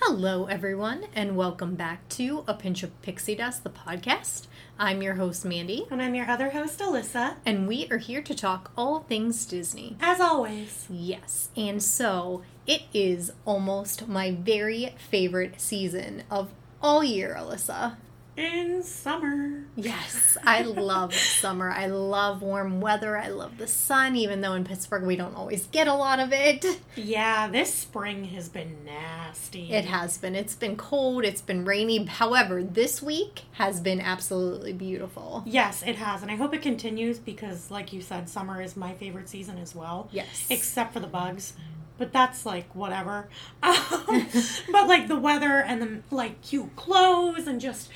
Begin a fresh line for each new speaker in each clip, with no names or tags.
Hello, everyone, and welcome back to A Pinch of Pixie Dust, the podcast. I'm your host, Mandy,
And I'm your other host, Alyssa.
and we are here to talk all things Disney.
As always,
Yes, and so it is almost my very favorite season of all year, Alyssa.
in summer.
Yes, I love summer. I love warm weather. I love the sun, even though in Pittsburgh we don't always get a lot of it.
Yeah, this spring has been nasty.
It has been. It's been cold, it's been rainy. However, this week has been absolutely beautiful.
Yes, it has, and I hope it continues because, like you said, summer is my favorite season as well.
Yes.
Except for the bugs, but that's like whatever. Um, but like the weather and the like cute clothes and just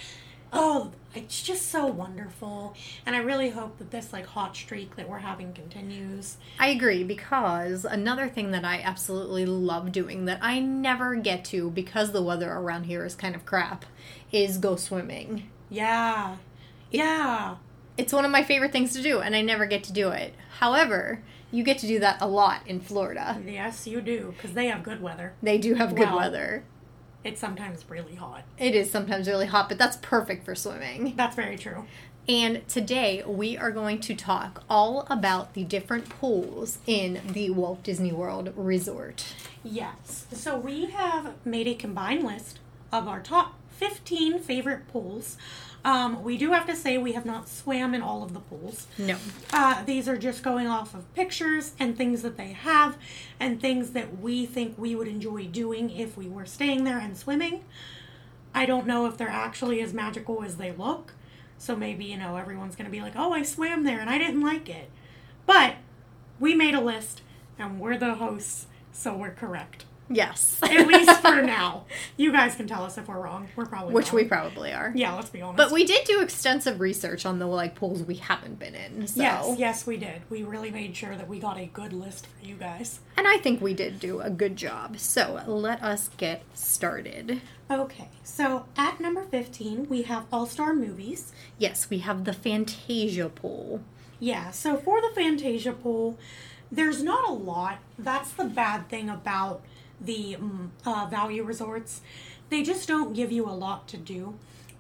oh, it's just so wonderful. And I really hope that this like hot streak that we're having continues.
I agree because another thing that I absolutely love doing that I never get to because the weather around here is kind of crap is go swimming.
Yeah, yeah.
It's one of my favorite things to do and I never get to do it. However, you get to do that a lot in Florida.
Yes, you do, because they have good weather.
They do have good
Wow.
weather.
It's sometimes really hot.
It is sometimes really hot, but that's perfect for swimming.
That's very true.
And today we are going to talk all about the different pools in the Walt Disney World Resort.
Yes. So we have made a combined list of our top 15 favorite pools. Um, we do have to say we have not swam in all of the pools.
No.
Uh, these are just going off of pictures and things that they have and things that we think we would enjoy doing if we were staying there and swimming. I don't know if they're actually as magical as they look. So maybe, you know, everyone's going to be like, oh, I swam there and I didn't like it. But we made a list and we're the hosts, so we're correct.
Yes.
At least for now. You guys can tell us if we're wrong. We're probably
Which we
wrong.
probably are.
Yeah, let's be honest.
But we did do extensive research on the like pools we haven't been in. So.
Yes, yes, we did. We really made sure that we got a good list for you guys.
And I think we did do a good job. So let us get started.
Okay, so at number 15, we have All Star Movies.
Yes, we have the Fantasia pool.
Yeah, so for the Fantasia pool, there's not a lot. That's the bad thing about the mm, uh, value resorts. They just don't give you a lot to do.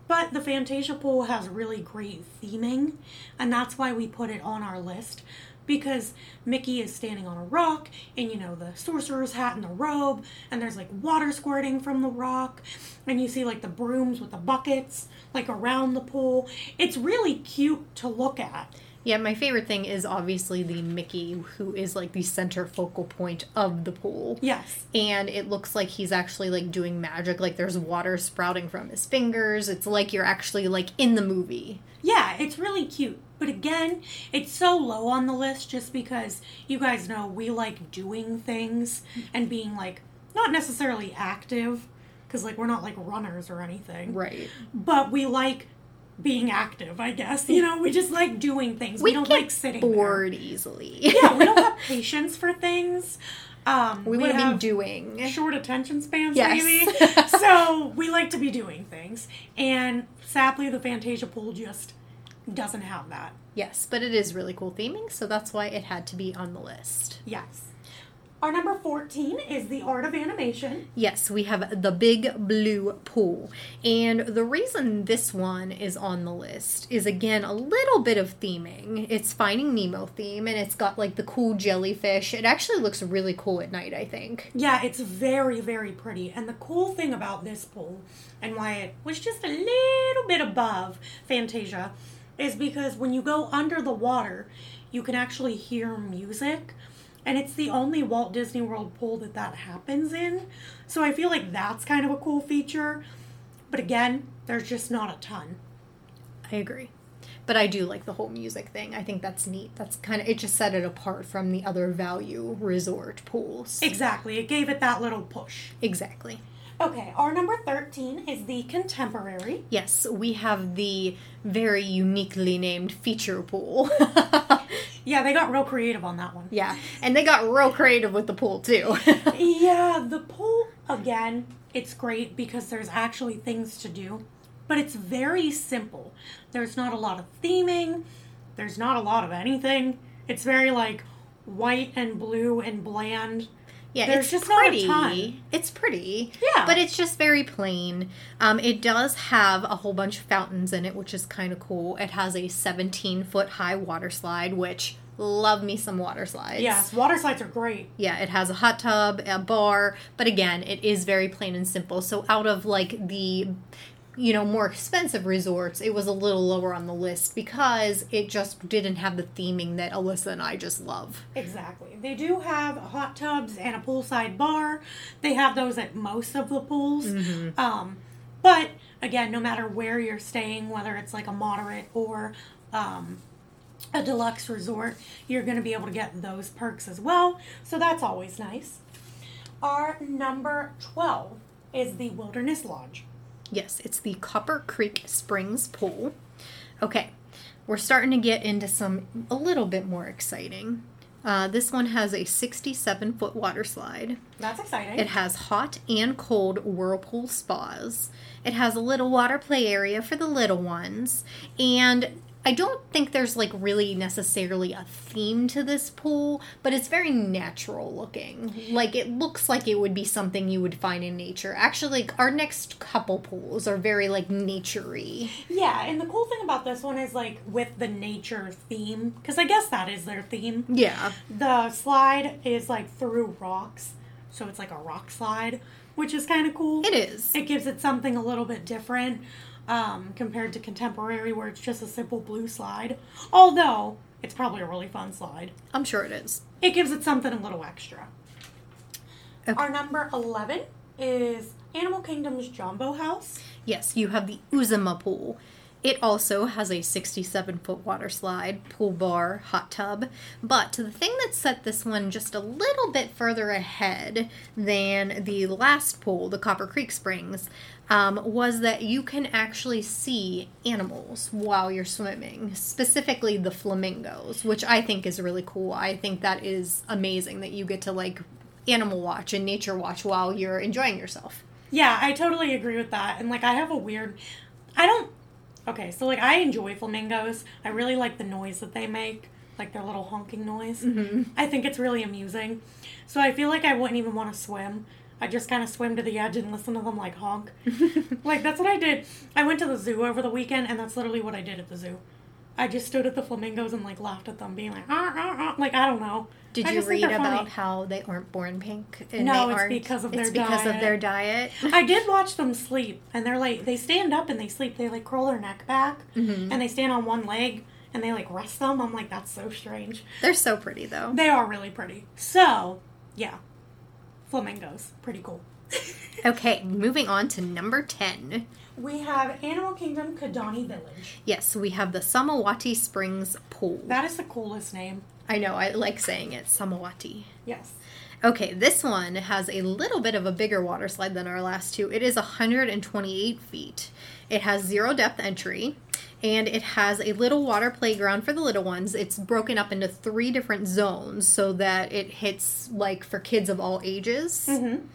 But the Fantasia pool has really great theming, and that's why we put it on our list because Mickey is standing on a rock, and you know, the sorcerer's hat and the robe, and there's like water squirting from the rock, and you see like the brooms with the buckets like around the pool. It's really cute to look at.
Yeah, my favorite thing is obviously the Mickey, who is like the center focal point of the pool.
Yes.
and it looks like he's actually like doing magic like there's water sprouting from his fingers it's like you're actually like in the movie
Yeah, it's really cute. But again, it's so low on the list just because you guys know we like doing things and being like not necessarily active because like we're not like runners or anything.
right
But we like being active, I guess. You know, we just like doing things. We,
We
don't
get
like sitting there.
bored easily
Yeah, we don't have patience for things. Um,
we, want to
have-
be doing
short attention spans
Yes.
maybe so we like to be doing things and sadly the fantasia pool just doesn't have that
yes but it is really cool theming so that's why it had to be on the list
yes our number 14 is the art of animation
yes we have the big blue pool and the reason this one is on the list is again a little bit of theming it's finding nemo theme and it's got like the cool jellyfish it actually looks really cool at night i think
yeah it's very very pretty and the cool thing about this pool and why it was just a little bit above fantasia is because when you go under the water you can actually hear music and it's the only Walt Disney World pool that that happens in. So I feel like that's kind of a cool feature. But again, there's just not a ton.
I agree. But I do like the whole music thing. I think that's neat. That's kind of it just set it apart from the other value resort pools.
Exactly. It gave it that little push.
Exactly.
Okay, our number 13 is the contemporary.
Yes, we have the very uniquely named feature pool.
Yeah, they got real creative on that one.
yeah, and they got real creative with the pool too.
Yeah, the pool again, it's great because there's actually things to do, but it's very simple. There's not a lot of theming, there's not a lot of anything. It's very like white and blue and bland.
Yeah,
There's
it's
just not a
pretty.
ton.
It's pretty.
Yeah.
But it's just very plain. Um, it does have a whole bunch of fountains in it, which is kind of cool. It has a 17 foot high water slide, which love me some water slides.
yes, water slides are great.
Yeah, it has a hot tub, a bar, but again, it is very plain and simple. So out of like the you know, more expensive resorts, it was a little lower on the list because it just didn't have the theming that Alyssa and I just love.
Exactly. They do have hot tubs and a poolside bar. They have those at most of the pools. Um, but again, no matter where you're staying, whether it's like a moderate or um, a deluxe resort, you're going to be able to get those perks as well. So that's always nice. Our number 12 is the Wilderness Lodge.
Yes, it's the Copper Creek Springs Pool. Okay, we're starting to get into some a little bit more exciting. Uh, this one has a 67 foot water slide.
That's exciting.
It has hot and cold whirlpool spas. It has a little water play area for the little ones. And I don't think there's like really necessarily a theme to this pool, but it's very natural looking. Like it looks like it would be something you would find in nature. Actually, like our next couple pools are very like naturey.
yeah, and the cool thing about this one is like with the nature theme, because I guess that is their theme.
Yeah.
The slide is like through rocks, so it's like a rock slide, which is kind of cool.
It is.
It gives it something a little bit different um, compared to contemporary, where it's just a simple blue slide. Although it's probably a really fun slide,
I'm sure it is.
it gives it something a little extra.
Okay.
Our number eleven is Animal Kingdom's Jumbo House.
Yes, you have the Uzuma pool. It also has a 67 foot water slide, pool bar, hot tub. But the thing that set this one just a little bit further ahead than the last pool, the Copper Creek Springs, um, was that you can actually see animals while you're swimming, specifically the flamingos, which I think is really cool. I think that is amazing that you get to like animal watch and nature watch while you're enjoying yourself.
Yeah, I totally agree with that. And like, I have a weird. I don't. Okay, so like, I enjoy flamingos. I really like the noise that they make, like their little honking noise.
Mm-hmm.
I think it's really amusing. So I feel like I wouldn't even want to swim. I just kind of swim to the edge and listen to them like honk. like, that's what I did. I went to the zoo over the weekend, and that's literally what I did at the zoo. I just stood at the flamingos and like laughed at them, being like, ah, ah, ah. like I don't know.
Did
I
you
just think
read
they're
about
funny.
how they aren't born pink? And
No,
they
it's
aren't-
because of
it's
their
because of
diet.
their diet.
I did watch them sleep, and they're like they stand up and they sleep. They like curl their neck back, and they stand on one leg, and they like rest them. I'm like, that's so strange.
They're so pretty though.
They are really pretty. So, yeah, flamingos, pretty cool.
Okay, moving on to number 10.
we have Animal Kingdom Kadani Village.
Yes, we have the Samawati Springs Pool.
That is the coolest name.
I know, I like saying it, Samawati.
Yes.
Okay, this one has a little bit of a bigger water slide than our last two. It is 128 feet. It has zero depth entry and it has a little water playground for the little ones. It's broken up into three different zones so that it hits like for kids of all ages.
Mm-hmm.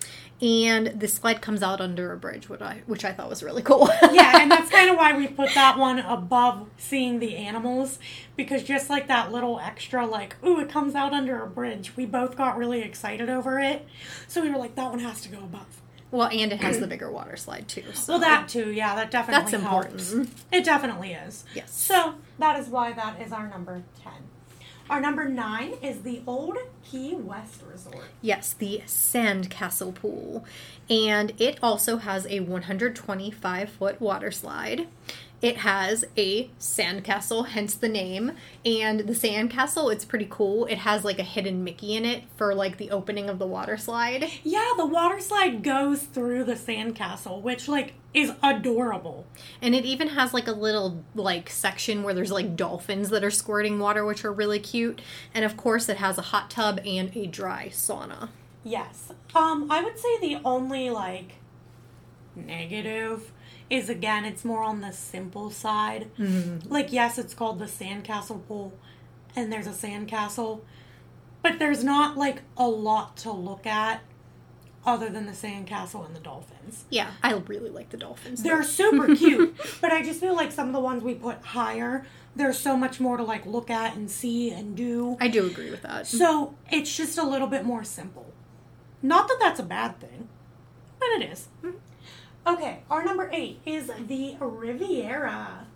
And this slide comes out under a bridge, which I which I thought was really cool.
Yeah, and that's kind of why we put that one above seeing the animals because just like that little extra, like, ooh, it comes out under a bridge. We both got really excited over it. So we were like, that one has to go above.
well, and it has the bigger water slide too. So
Well, that too, yeah, that definitely
That's
helps.
important.
It definitely is.
Yes.
So that is why that is our number ten. Our number nine is the Old Key West Resort.
Yes, the Sandcastle Pool. And it also has a 125 foot water slide. It has a sandcastle, hence the name. And the sandcastle, it's pretty cool. It has like a hidden Mickey in it for like the opening of the water slide.
Yeah, the water slide goes through the sandcastle, which like is adorable.
And it even has like a little like section where there's like dolphins that are squirting water, which are really cute. And of course, it has a hot tub and a dry sauna.
Yes. Um, I would say the only like negative is again it's more on the simple side. Like yes, it's called the sandcastle pool and there's a sandcastle, but there's not like a lot to look at other than the sandcastle and the dolphins.
Yeah, I really like the dolphins.
They're super cute, but I just feel like some of the ones we put higher, there's so much more to like look at and see and do.
I do agree with that.
So it's just a little bit more simple. Not that that's a bad thing, but it is. Mm-hmm. Okay, our number eight is the Riviera.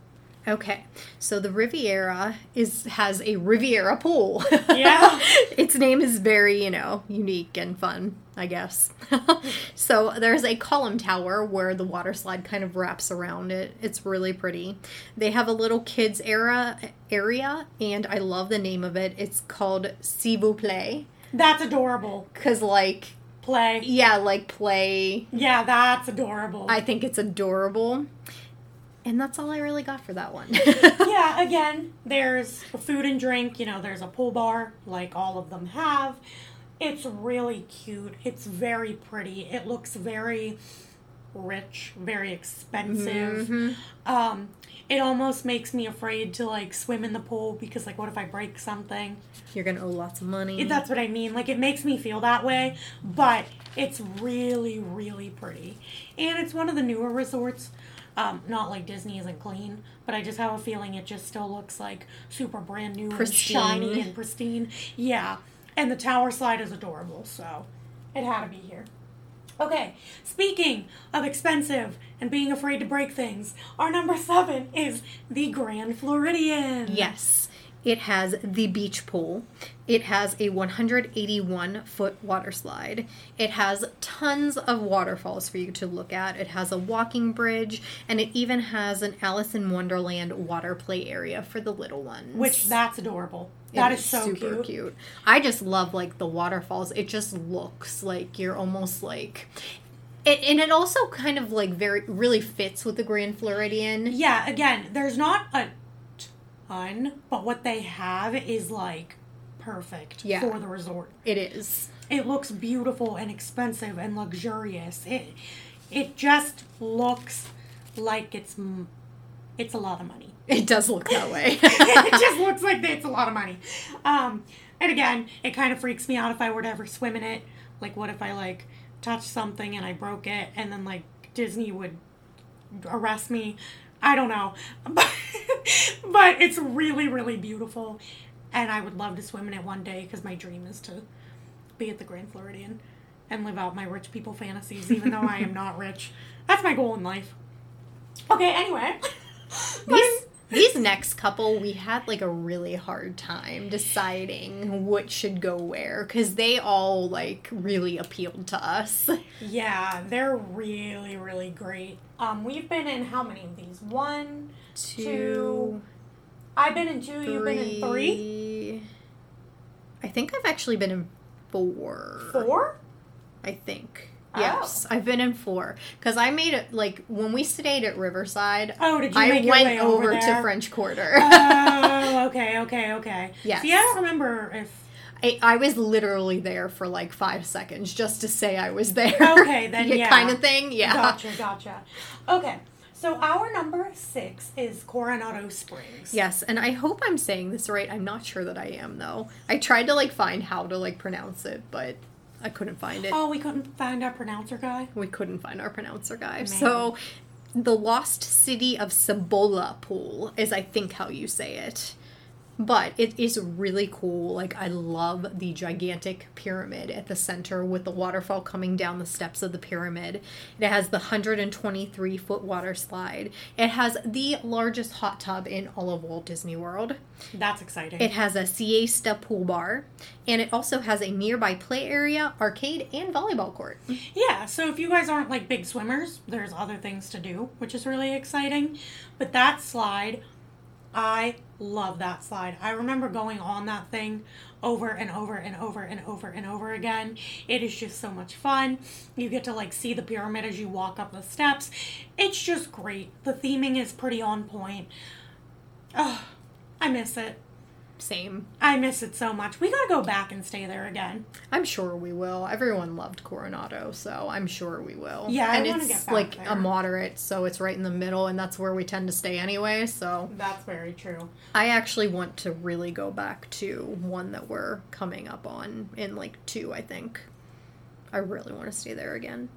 Okay, so the Riviera is has a Riviera pool.
Yeah.
its name is very you know unique and fun, I guess. so there's a column tower where the water slide kind of wraps around it. It's really pretty. They have a little kids era area, and I love the name of it. It's called S'il vous plaît,
That's adorable.
because like
Play.
yeah, like play.
Yeah, that's adorable.
I think it's adorable, and that's all I really got for that one.
yeah, again, there's food and drink. You know, there's a pool bar, like all of them have. It's really cute. It's very pretty. It looks very rich, very expensive. Um, it almost makes me afraid to like swim in the pool because, like, what if I break something?
You're gonna owe lots of money.
It- That's what I mean. Like, it makes me feel that way, but it's really, really pretty. And it's one of the newer resorts. Um, not like Disney isn't clean, but I just have a feeling it just still looks like super brand new
Pristine.
and shiny and pristine. Yeah. And the tower slide is adorable, so it had to be here. Okay, speaking of expensive and being afraid to break things, our number seven is the Grand Floridian.
Yes. It has the beach pool. It has a 181 foot water slide. It has tons of waterfalls for you to look at. It has a walking bridge, and it even has an Alice in Wonderland water play area for the little ones.
Which that's adorable.
It
That is, so
super
cute.
I just love like the waterfalls. It just looks like you're almost like. It, and it also kind of like very really fits with the Grand Floridian.
Yeah, again, there's not a ton, but what they have is like perfect
Yeah.
for the resort.
It is.
It looks beautiful and expensive and luxurious. It it just looks like it's m- it's a lot of money.
It does look that way.
it just looks like it's a lot of money. Um, and again, it kind of freaks me out if I were to ever swim in it. Like, what if I like touched something and I broke it, and then like Disney would arrest me? I don't know, but but it's really really beautiful, and I would love to swim in it one day because my dream is to be at the Grand Floridian and live out my rich people fantasies, even though I am not rich. That's my goal in life. Okay, anyway.
these these next couple we had like a really hard time deciding what should go where because they all like really appealed to us
Yeah, they're really, really great. Um, we've been in how many of these? One, two. I've been in two. You've been in three,
three i think i've actually been in four
four.
i think
Oh.
yes i've been in four because i made it like when we stayed at riverside
Oh, did you
i
make your way
went
over,
over, to
there?
french quarter
oh, okay, okay, okay.
Yes.
See, I don't remember if.
I, I was literally there for like five seconds just to say I was there.
Okay, then yeah.
kind of thing. Yeah.
Gotcha, gotcha. Okay, so our number six is Coronado Springs.
Yes, and I hope I'm saying this right. I'm not sure that I am though. I tried to like find how to like pronounce it, but I couldn't find it.
Oh, we couldn't find our pronouncer guy.
We couldn't find our pronouncer guy. So the lost city of Cibola Pool is I think how you say it. But it is really cool. Like I love the gigantic pyramid at the center with the waterfall coming down the steps of the pyramid. It has the 123 foot water slide. It has the largest hot tub in all of Walt Disney World.
That's exciting.
It has a siesta pool bar, and it also has a nearby play area, arcade, and volleyball court.
Yeah, so if you guys aren't like big swimmers, there's other things to do, which is really exciting. But that slide, I love that slide. I remember going on that thing over and over and over and over and over again. It is just so much fun. You get to like see the pyramid as you walk up the steps. It's just great. The theming is pretty on point. Ugh, I miss it.
Same.
I miss it so much. We gotta go back and stay there again.
I'm sure we will. Everyone loved Coronado, so I'm sure we will.
Yeah, I
and
wanna
it's
get back
like
there.
a moderate, so it's right in the middle, and that's where we tend to stay anyway. So
That's very true.
I actually want to really go back to one that we're coming up on in like two, I think. I really want to stay there again.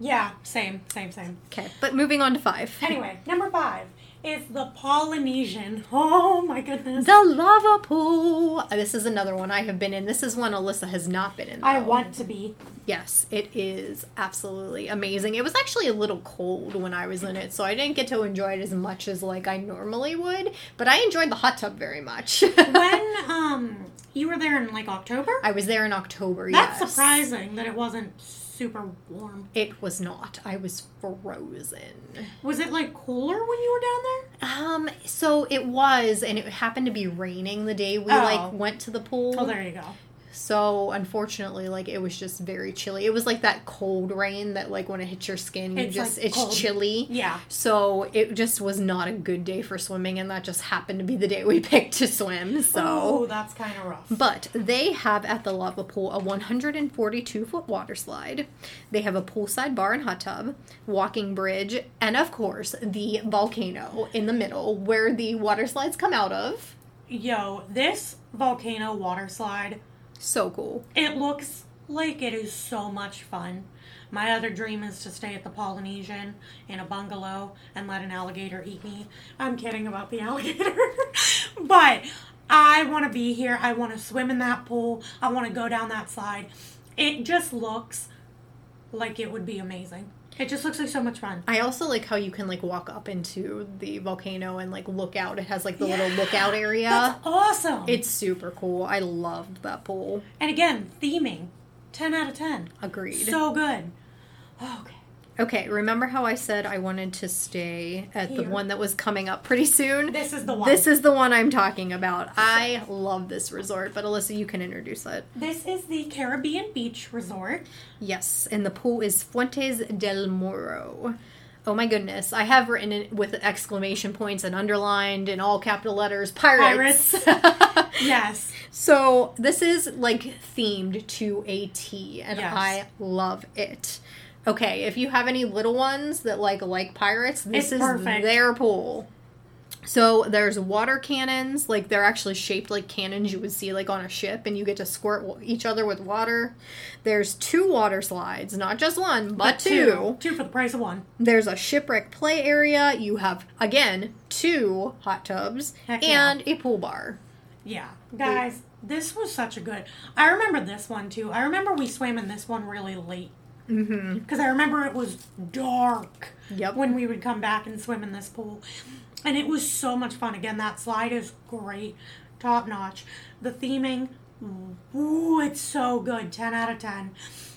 Yeah, same, same, same.
Okay, but moving on to five.
Anyway, number five It's the Polynesian. Oh my goodness.
The lava pool. This is another one I have been in. This is one Alyssa has not been in.
I
though.
want to be.
Yes, it is absolutely amazing. It was actually a little cold when I was in it, so I didn't get to enjoy it as much as like I normally would. But I enjoyed the hot tub very much.
When um you were there in like October?
I was there in October.
That's
yes.
surprising that it wasn't super warm.
It was not. I was frozen.
Was it like cooler when you were down
Um, so it was, and it happened to be raining the day we
Oh.
like went to the pool.
there? Oh, there you go.
So unfortunately, like it was just very chilly. It was like that cold rain that like when it hits your skin, you
It's,
just
like,
it's
cold.
chilly.
Yeah.
So it just was not a good day for swimming, and that just happened to be the day we picked to swim. So.
oh, that's kind of rough.
But they have at the lava pool a 142 foot water slide. They have a poolside bar and hot tub, walking bridge, and of course the volcano in the middle where the water slides come out of.
Yo, this volcano water slide,
So cool.
it looks like it is so much fun. My other dream is to stay at the Polynesian in a bungalow and let an alligator eat me. I'm kidding about the alligator. but I want to be here. I want to swim in that pool. I want to go down that slide. It just looks like it would be amazing. It just looks like so much fun.
I also like how you can like walk up into the volcano and like look out. It has like the little lookout area.
That's awesome.
It's super cool. I loved that pool.
and again, theming 10 out of 10.
Agreed.
So good. Okay.
okay, remember how I said I wanted to stay at the
Here.
one that was coming up pretty soon?
This is the one.
This is the one I'm talking about. I love this resort, but Alyssa, you can introduce it.
This is the Caribbean Beach Resort.
Yes, and the pool is Fuentes del Moro. Oh my goodness. I have written it with exclamation points and underlined in all capital letters pirates.
Yes.
So this is like themed to a T, and
Yes.
I love it. Okay, if you have any little ones that like like pirates, this
It's
is
perfect.
their pool. So there's water cannons, like they're actually shaped like cannons you would see like on a ship, and you get to squirt wa- each other with water. There's two water slides, not just one, but, two.
Two for the price of one.
There's a shipwreck play area. You have again two hot tubs
Heck yeah.
and a pool bar.
Yeah. Guys, this was such a good. I remember this one too. I remember we swam in this one really late. Mm-hmm. Because I remember it was dark
Yep.
when we would come back and swim in this pool. And it was so much fun. Again, that slide is great. Top notch. The theming, ooh, it's so good. 10 out of 10.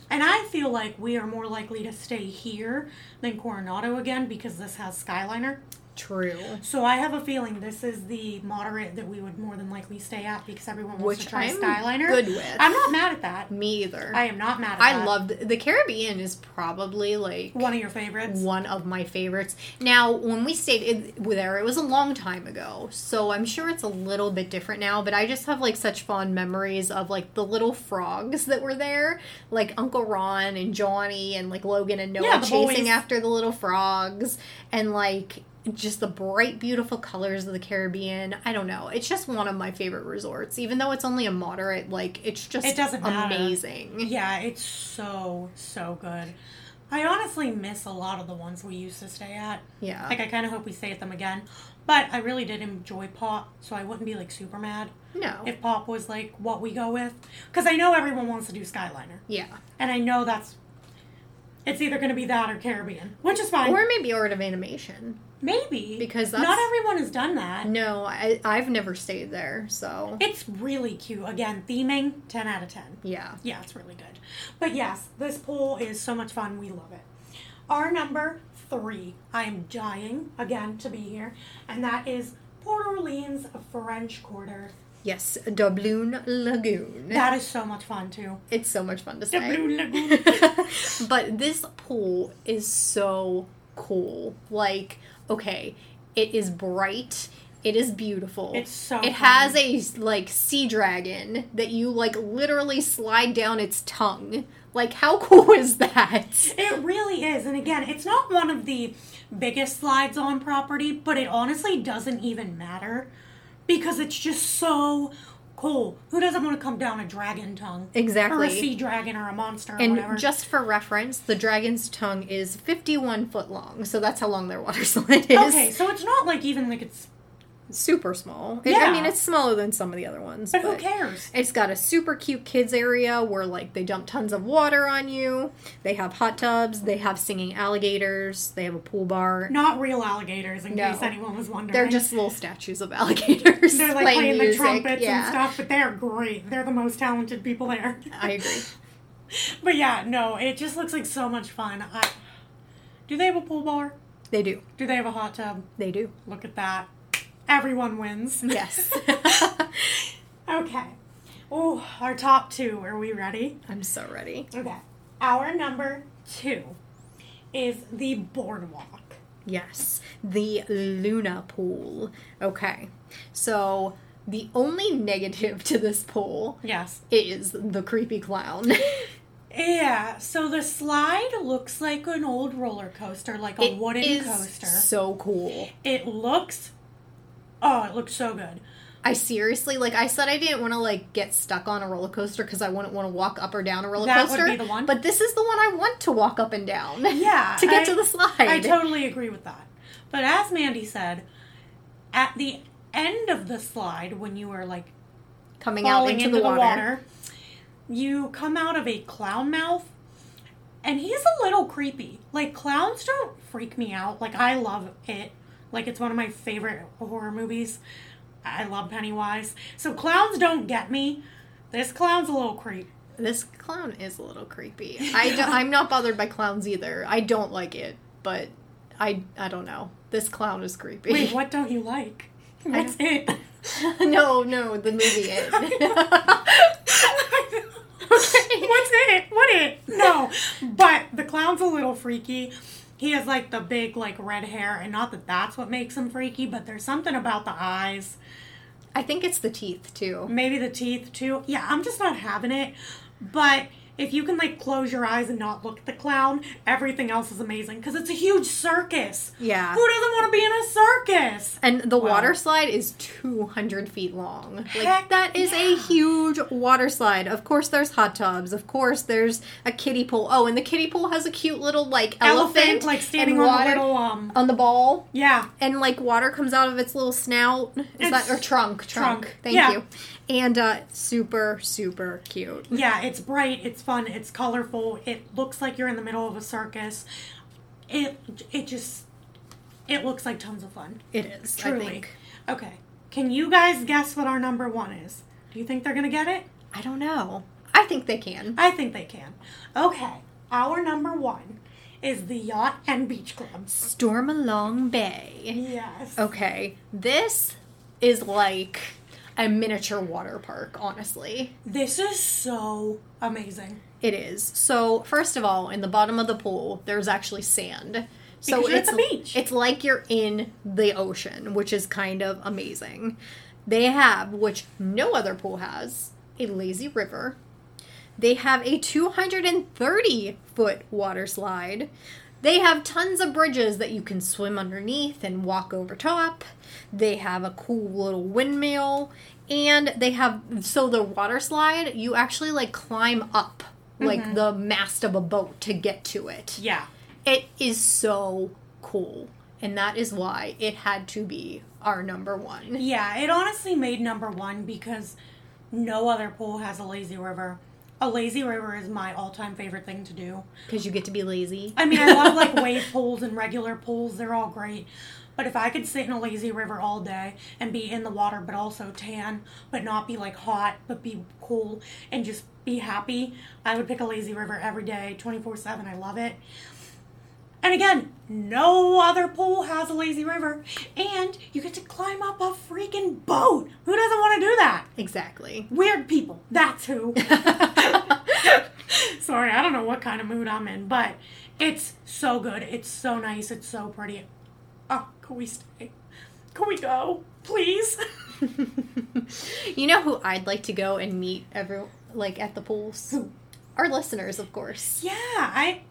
And I feel like we are more likely to stay here than Coronado again because this has Skyliner.
True.
So I have a feeling this is the moderate that we would more than likely stay at because everyone wants
Which
to try
I'm
Skyliner.
good with.
I'm not mad at that.
Me either.
I am not mad at that.
I loved the Caribbean is probably like
one of your favorites.
one of my favorites. Now, when we stayed in, there, it was a long time ago, so I'm sure it's a little bit different now. But I just have like such fond memories of like the little frogs that were there, like Uncle Ron and Johnny and like Logan and Noah
Yeah, the
chasing
boys.
after the little frogs, and like just the bright, beautiful colors of the Caribbean. I don't know. It's just one of my favorite resorts, even though it's only a moderate. Like it's just
It doesn't matter.
amazing.
Yeah, it's so so good. I honestly miss a lot of the ones we used to stay at.
Yeah.
Like I kind of hope we stay at them again, but I really did enjoy Pop, so I wouldn't be like super mad
No.
if Pop was like what we go with, because I know everyone wants to do Skyliner,
yeah.
and I know that's it's either going to be that or Caribbean, which is fine.
Or maybe art of animation.
Maybe
Because
not
that's-
everyone has done that.
No, I, I've never stayed there, so
It's really cute. Again, theming ten out of ten.
yeah.
Yeah, it's really good. But yes, this pool is so much fun. We love it. Our number three, I am dying again to be here, and that is Port Orleans French Quarter.
Yes, Doubloon Lagoon.
That is so much fun too.
it's so much fun to
The
say.
Blue Lagoon.
but this pool is so cool. Like, okay, it is bright. It is beautiful.
It's so
It has a like sea dragon that you like literally slide down its tongue. Like, how cool is that?
It really is. And again, it's not one of the biggest slides on property, but it honestly doesn't even matter because it's just so cool. Who doesn't want to come down a dragon tongue? Or
Exactly.
a sea dragon or a monster or
And
whatever.
just for reference, the dragon's tongue is 51 foot long, so that's how long their water slide is.
okay, so it's not like even like it's.
Super small. It- I
Yeah.
mean, it's smaller than some of the other ones.
But who cares?
It's got a super cute kids area where like they dump tons of water on you. They have hot tubs. They have singing alligators. They have a pool bar.
Not real alligators, in
No.
case anyone was wondering.
They're just little statues of alligators.
They're like playing, the
music.
trumpets
yeah,
and stuff, but they're great. They're the most talented people there.
I agree.
But yeah, no, it just looks like so much fun. I, do they have a pool bar?
They do.
Do they have a hot tub?
They do.
Look at that. Everyone wins.
Yes.
Okay. Oh, our top two. Are we ready?
I'm so ready.
Okay. Our number two is the boardwalk.
Yes, the Luna pool. Okay, so the only negative to this pool
Yes.
is the creepy clown.
Yeah. So the slide looks like an old roller coaster, like a
It
wooden
is
coaster.
So cool.
it looks. Oh, it looks so good.
I seriously like. I said I didn't want to like get stuck on a roller coaster because I wouldn't want to walk up or down a roller
That would
coaster.
be the one.
But this is the one I want to walk up and down.
Yeah,
to get
I-
to the slide.
I totally agree with that. But as Mandy said, at the end of the slide, when you are like
Coming out
falling
into,
into,
the, water.
you come out of a clown mouth, and he's a little creepy. Like clowns don't freak me out. Like I love it. Like it's one of my favorite horror movies. I love Pennywise. So clowns don't get me. This clown's a little creep.
This clown is a little creepy. I don't- I'm not bothered by clowns either. I don't like it, but I I don't know. This clown is creepy.
Wait, what don't you like? That's it.
no, no, the movie is.
What's it? What it? No. But the clown's a little freaky. He has like the big like red hair, and not that that's what makes him freaky, but there's something about the eyes,
I think it's the teeth too.
maybe the teeth too. Yeah, I'm just not having it. But if you can like close your eyes and not look at the clown, everything else is amazing because it's a huge circus.
Yeah.
Who doesn't want to be in a circus?
And the water slide is 200 feet long. Like,
Heck
that is a
yeah.
huge water slide. Of course, there's hot tubs. Of course, there's a kiddie pool. Oh, and the kiddie pool has a cute little, like, elephant.
like
and
standing on
water-
the little um.
On the ball.
Yeah,
and like water comes out of its little snout is
It's-
that or trunk trunk,
trunk,
thank
yeah.
you and uh super super cute
Yeah, it's bright, it's fun, it's colorful. It looks like you're in the middle of a circus. It it just it looks like tons of fun.
it is
Truly.
i think
Okay. Can you guys guess what our number 1 is? Do you think they're going to get it?
i don't know i think they can
I think they can. Okay. Our number 1 is the yacht and beach clubs.
storm along bay
Yes.
okay this is like a miniature water park honestly
This is so amazing.
it is so first of all in the bottom of the pool there's actually sand so
Because you're at
it's
the beach.
it's like you're in the ocean which is kind of amazing they have which no other pool has a lazy river they have a 230 foot water slide they have tons of bridges that you can swim underneath and walk over top they have a cool little windmill and they have so the water slide you actually like climb up like the mast of a boat to get to it
Mm-hmm. Yeah.
it is so cool. And that is why it had to be our number one.
Yeah, it honestly made number one because no other pool has a lazy river. A lazy river is my all time favorite thing to do.
Because you get to be lazy.
I mean, I love like wave pools and regular pools, they're all great. But if I could sit in a lazy river all day and be in the water, but also tan, but not be like hot, but be cool and just be happy, I would pick a lazy river every day, 24 7. I love it. And again, no other pool has a lazy river. And you get to climb up a freaking boat. Who doesn't want to do that?
Exactly.
Weird people. That's who. Sorry, I don't know what kind of mood I'm in, but it's so good. It's so nice. It's so pretty. Oh, can we stay? Can we go? Please?
You know who I'd like to go and meet every like at the pools? Our listeners, of course.
yeah, I.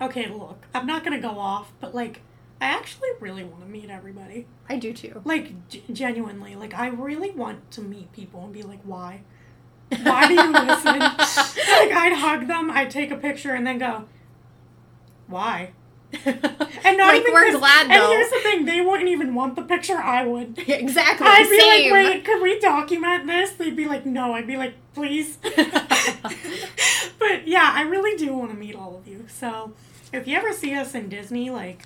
Okay, look, I'm not gonna go off, but like, I actually really want to meet everybody.
I do too.
Like, g- genuinely. Like, I really want to meet people and be like, why? Why do you listen? like, I'd hug them, I'd take a picture, and then go, why? And not
like
even
we're
'cause-
glad
And
though.
here's the thing, they wouldn't even want the picture. I would.
Yeah, exactly.
I'd be
same.
like, wait, could we document this? They'd be like, no. I'd be like, please. but yeah, I really do want to meet all of you. So if you ever see us in Disney, like,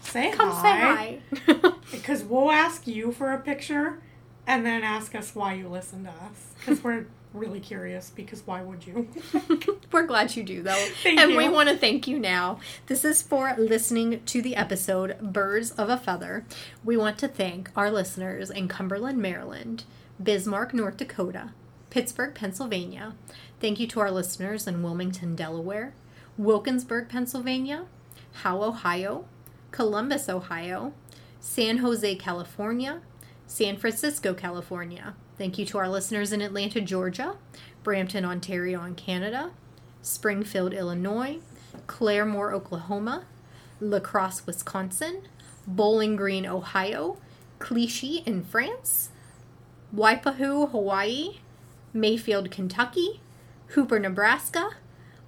say
Come
hi.
say hi.
Because we'll ask you for a picture and then ask us why you listen to us. Because we're really curious, because why would you?
We're glad you do, though.
Thank
and we
you.
want to thank you now. This is for listening to the episode Birds of a Feather. We want to thank our listeners in Cumberland, Maryland, Bismarck, North Dakota, Pittsburgh, Pennsylvania. Thank you to our listeners in Wilmington, Delaware, Wilkinsburg, Pennsylvania, Howe, Ohio, Columbus, Ohio, San Jose, California, San Francisco, California. Thank you to our listeners in Atlanta, Georgia, Brampton, Ontario, and Canada, Springfield, Illinois, Claremore, Oklahoma, La Crosse, Wisconsin, Bowling Green, Ohio, Clichy in France, Waipahu, Hawaii, Mayfield, Kentucky, Hooper, Nebraska,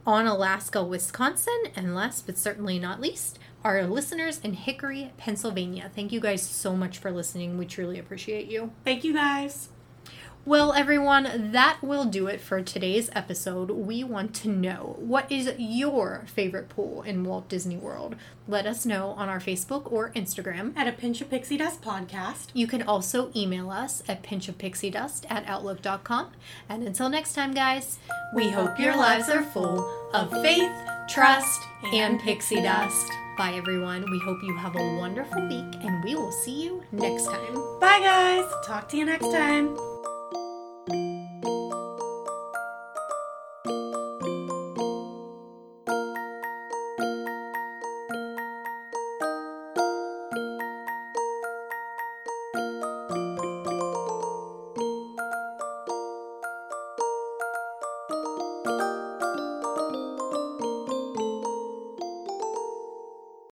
on Alaska, Wisconsin, and last but certainly not least, our listeners in Hickory, Pennsylvania. Thank you guys so much for listening. We truly appreciate you.
Thank you guys.
Well, everyone, that will do it for today's episode. We want to know what is your favorite pool in Walt Disney World? Let us know on our Facebook or Instagram.
At a Pinch of Pixie Dust podcast.
You can also email us at pinchofpixiedust at outlook.com. And until next time, guys, we hope your lives are full of faith, trust, and pixie dust. Bye, everyone. We hope you have a wonderful week, and we will see you next time.
Bye, guys. Talk to you next time.